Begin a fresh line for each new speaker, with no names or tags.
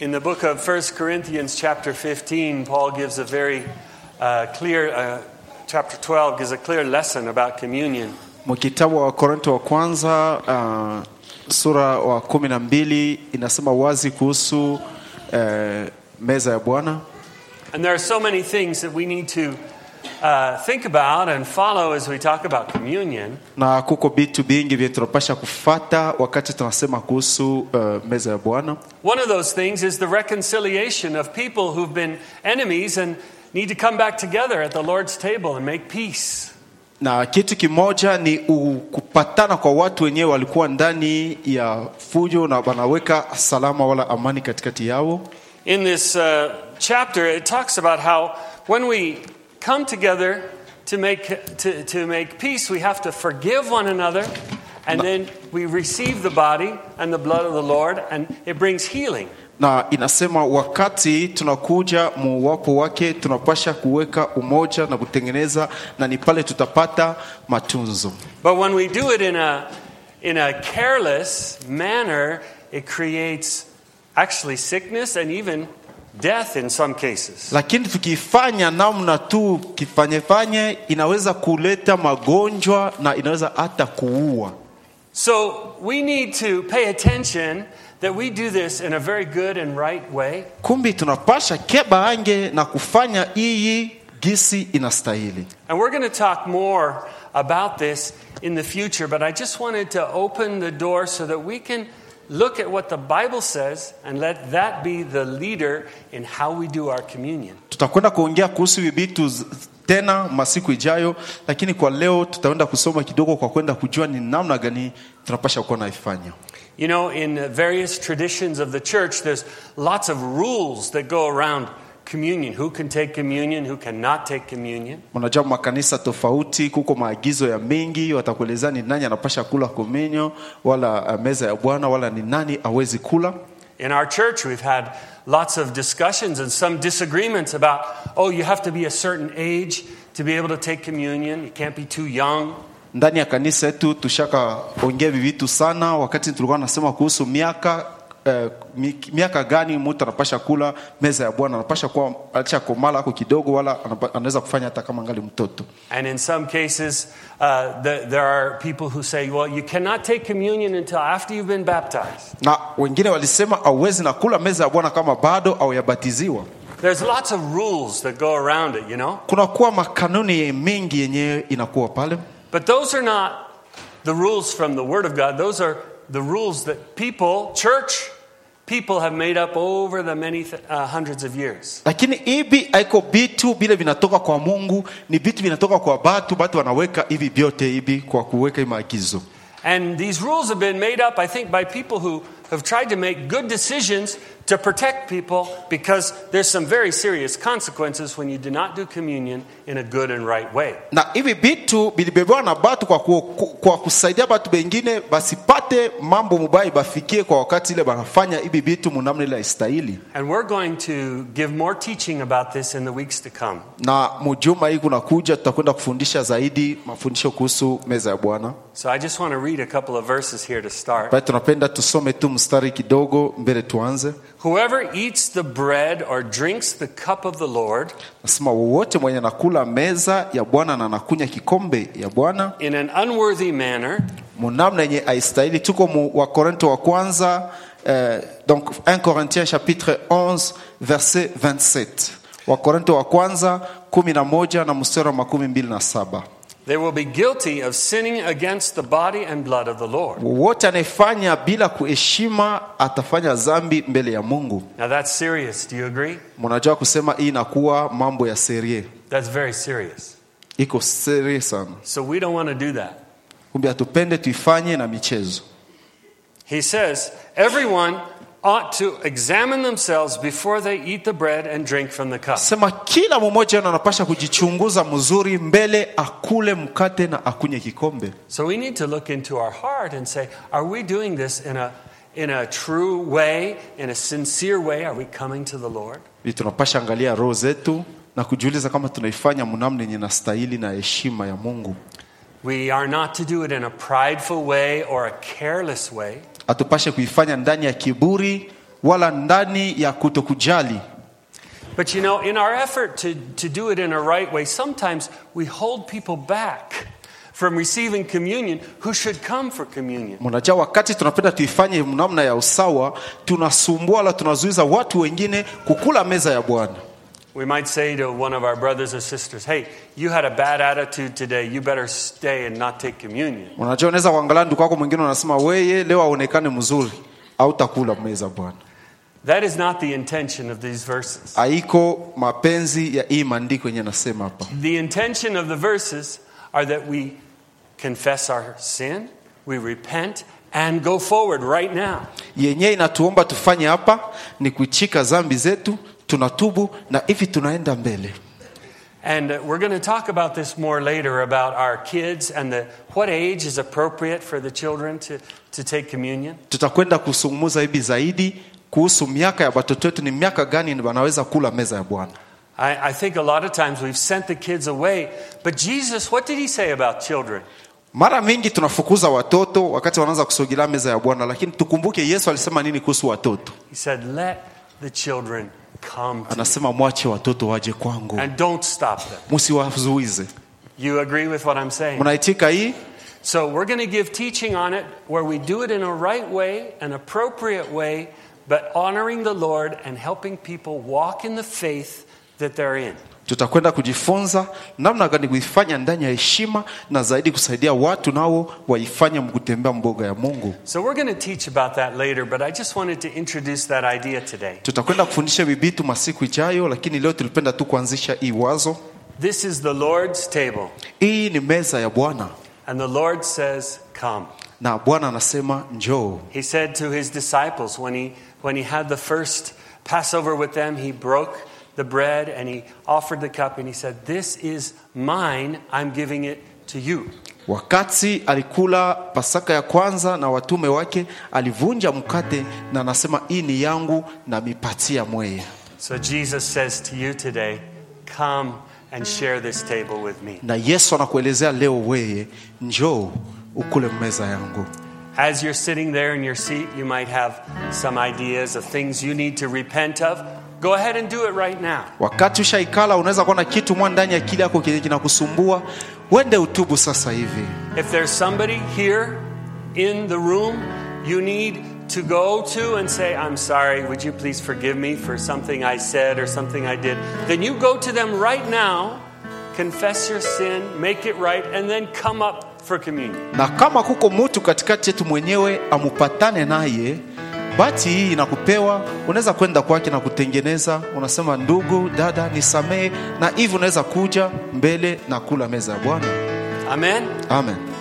In the book of 1 Corinthians, chapter 15, Paul gives a very uh, clear, uh, chapter 12 gives a clear lesson about communion.
mu kitabu wa korinto wa kwanza uh, sura wa kumi na mbili inasema wazi kuhusu eh, meza ya bwana
And there are so many things that we need to uh, think about and follow as we talk about communion.
na kuko vitu vingi vyenye tunapasha kufata wakati tunasema kuhusu eh, meza ya bwana
One of those things is the reconciliation of people who've been enemies and need to come back together at the Lord's table and make peace.
na kitu kimoja ni u- kupatana kwa watu wenyewe walikuwa ndani ya fujo na wanaweka salama wala amani katikati yao
In this uh, chapter, it talks about how when we come together to make, to, to make peace, we have to forgive one another, and then we receive the body and the blood of the Lord, and it brings healing.
na inasema wakati tunakuja muwapo wake tunapasha kuweka umoja na kutengeneza na ni pale tutapata matunzo
But when we do it in a, in a careless manner, it creates actually sickness and even death in some cases.
lakini tukifanya namna tu kifanyefanye inaweza kuleta magonjwa na inaweza hata kuua
So we need to pay attention that we do this in a very good and right way.
kumbi tunapasha keba ange na kufanya iyi gisi inastahili
And we're going to talk more about this in the future, but I just wanted to open the door so that we can look at what the Bible says and let that be the leader in how we do our communion.
tutakwenda kuongea kuhusu hivi vitu z- tena masiku ijayo lakini kwa leo tutaenda kusoma kidogo kwa kwenda kujua ni namna gani tunapasha kuwa naifanya
You know, in the various traditions of the church, there's lots of rules that go around communion who can take communion, who cannot take communion.
unajua makanisa tofauti kuko maagizo ya mengi watakuelezea ni nani anapasha kula kominyo wala eh, meza ya bwana wala ni nani awezi kula
In our church, we've had lots of discussions and some disagreements about, oh, you have to be a certain age to be able to take communion, you can't be too young.
ndani ya kanisa yetu tushakaongea hivi vitu sana wakati tulikuwa nasema kuhusu miaka eh, mi- miaka gani mtu anapasha kula meza ya bwana anapasha kuwa acha komala ako kidogo wala anapa- anaweza kufanya hata kama ngali mtoto
And in some cases, uh, the, there are people who say, well, you cannot take communion until after you've been baptized.
na wengine walisema auwezi na kula meza ya bwana kama bado au yabatiziwa
There's lots of rules that go around it, you know?
kunakuwa makanuni mengi yenyewe inakuwa pale
But those are not the rules from the Word of God. Those are the rules that people, church, people have made up over the many th- uh, hundreds of years.
lakini hivi haiko vitu vile vinatoka kwa mungu ni vitu vinatoka kwa batu batu wanaweka hivi vyote hivi kwa kuweka hii maagizo
And these rules have been made up, I think, by people who have tried to make good decisions to protect people because there's some very serious consequences when you do not do communion in a good and right way.
na hivi vitu vilibebewa na batu kwa, ku, ku- kwa kusaidia batu bengine basipate mambo mubaya bafikie kwa wakati ile banafanya hivi vitu munamna ile haistahili
And we're going to give more teaching about this in the weeks to come.
na mujuma hii kunakuja tutakwenda kufundisha zaidi mafundisho kuhusu meza ya bwana
So I just want to read a couple of verses here to start.
basi tunapenda tusome tu mstari kidogo mbele tuanze
Whoever eats the bread or drinks the cup of the Lord
nasema wowote mwenye anakula meza ya bwana na anakunya kikombe ya bwana
in an unworthy manner
munamna yenye haistahili tuko mu wakorinto wa kwanza eh, donc 1 corinthiens chapitre 11 verset 27 wakorinto wa kwanza 11 na mstari wa makumi mbili na saba
they will be guilty of sinning against the body and blood of the Lord.
wowote anayefanya bila kuheshima atafanya zambi mbele ya mungu
Now that's serious, do you agree?
munajua kusema hii inakuwa mambo ya serie
That's very serious.
iko serie sana
So we don't want to do that.
kumbe hatupende tuifanye na michezo
He says, everyone ought to examine themselves before they eat the bread and drink from the cup.
sema kila mmoja wenu anapasha kujichunguza mzuri mbele akule mkate na akunye kikombe
So we need to look into our heart and say, are we doing this in a, in a true way, in a sincere way? Are we coming to the Lord?
Hivi tunapasha angalia roho zetu na kujiuliza kama tunaifanya mnamna yenye na stahili na heshima ya mungu
We are not to do it in a prideful way or a careless way.
hatupashe kuifanya ndani ya kiburi wala ndani ya kutokujali
But you know, in our effort to, to do it in a right way, sometimes we hold people back from receiving communion who should come for communion.
mnajua wakati tunapenda tuifanye namna ya usawa tunasumbua wala tunazuiza watu wengine kukula meza ya bwana
We might say to one of our brothers or sisters, hey, you had a bad attitude today. You better stay and not take communion.
unajua unaweza kuangalia ndugu wako mwingine unasema weye leo aonekane mzuri au takula meza ya bwana
That is not the intention of these verses.
haiko mapenzi ya hii maandiko yenye nasema hapa
The intention of the verses are that we confess our sin, we repent, and go forward right now.
yenye inatuomba tufanye hapa ni kuchika zambi zetu tunatubu na hivi tunaenda mbele
And uh, we're going to talk about this more later about our kids and the, what age is appropriate for the children to, to take communion.
tutakwenda kusungumuza hivi zaidi kuhusu miaka ya watoto wetu ni miaka gani wanaweza kula meza ya bwana
I, I think a lot of times we've sent the kids away, but Jesus, what did he say about children?
mara mingi tunafukuza watoto wakati wanaanza kusogelea meza ya bwana lakini tukumbuke yesu alisema nini kuhusu watoto
He said, Let the children come to me
anasema mwache watoto waje kwangu
and don't stop them.
msiwazuize
You agree with what I'm saying?
mnaitika hii
So we're going to give teaching on it where we do it in a right way, an appropriate way, but honoring the Lord and helping people walk in the faith that they're in.
tutakwenda kujifunza namna gani kuifanya ndani ya heshima na zaidi kusaidia watu nao waifanye mkutembea mboga ya mungu
So we're going to teach about that later, but I just wanted to introduce that idea today.
tutakwenda kufundisha bibitu masiku ijayo lakini leo tulipenda tu kuanzisha hii wazo
This is the Lord's table,
hii ni meza ya bwana
and the Lord says, Come.
na bwana anasema njoo
He said to his disciples when he, when he had the first Passover with them, he broke the bread and he offered the cup, and he said, This is mine, I'm giving it to you.
wakati alikula pasaka ya kwanza na watume wake alivunja mkate na anasema hii ni yangu na mipatia mweye
So Jesus says to you today, Come and share this table with me.
na yesu anakuelezea leo weye njoo ukule meza yangu
As you're sitting there in your seat, you might have some ideas of things you need to repent of. Go ahead and do it right now.
wakati ushaikala unaweza kuwa na kitu mwa ndani ya akili yako kenye kinakusumbua wende utubu sasa hivi
If there's somebody here in the room you need to go to and say, I'm sorry, would you please forgive me for something I said or something I did? Then you go to them right now, confess your sin, make it right, and then come up for communion.
na kama kuko mutu katikati yetu mwenyewe amupatane naye bati hii inakupewa unaweza kwenda kwake na kutengeneza unasema ndugu dada nisamehe na hivi unaweza kuja mbele na kula meza ya bwana
Amen.
amen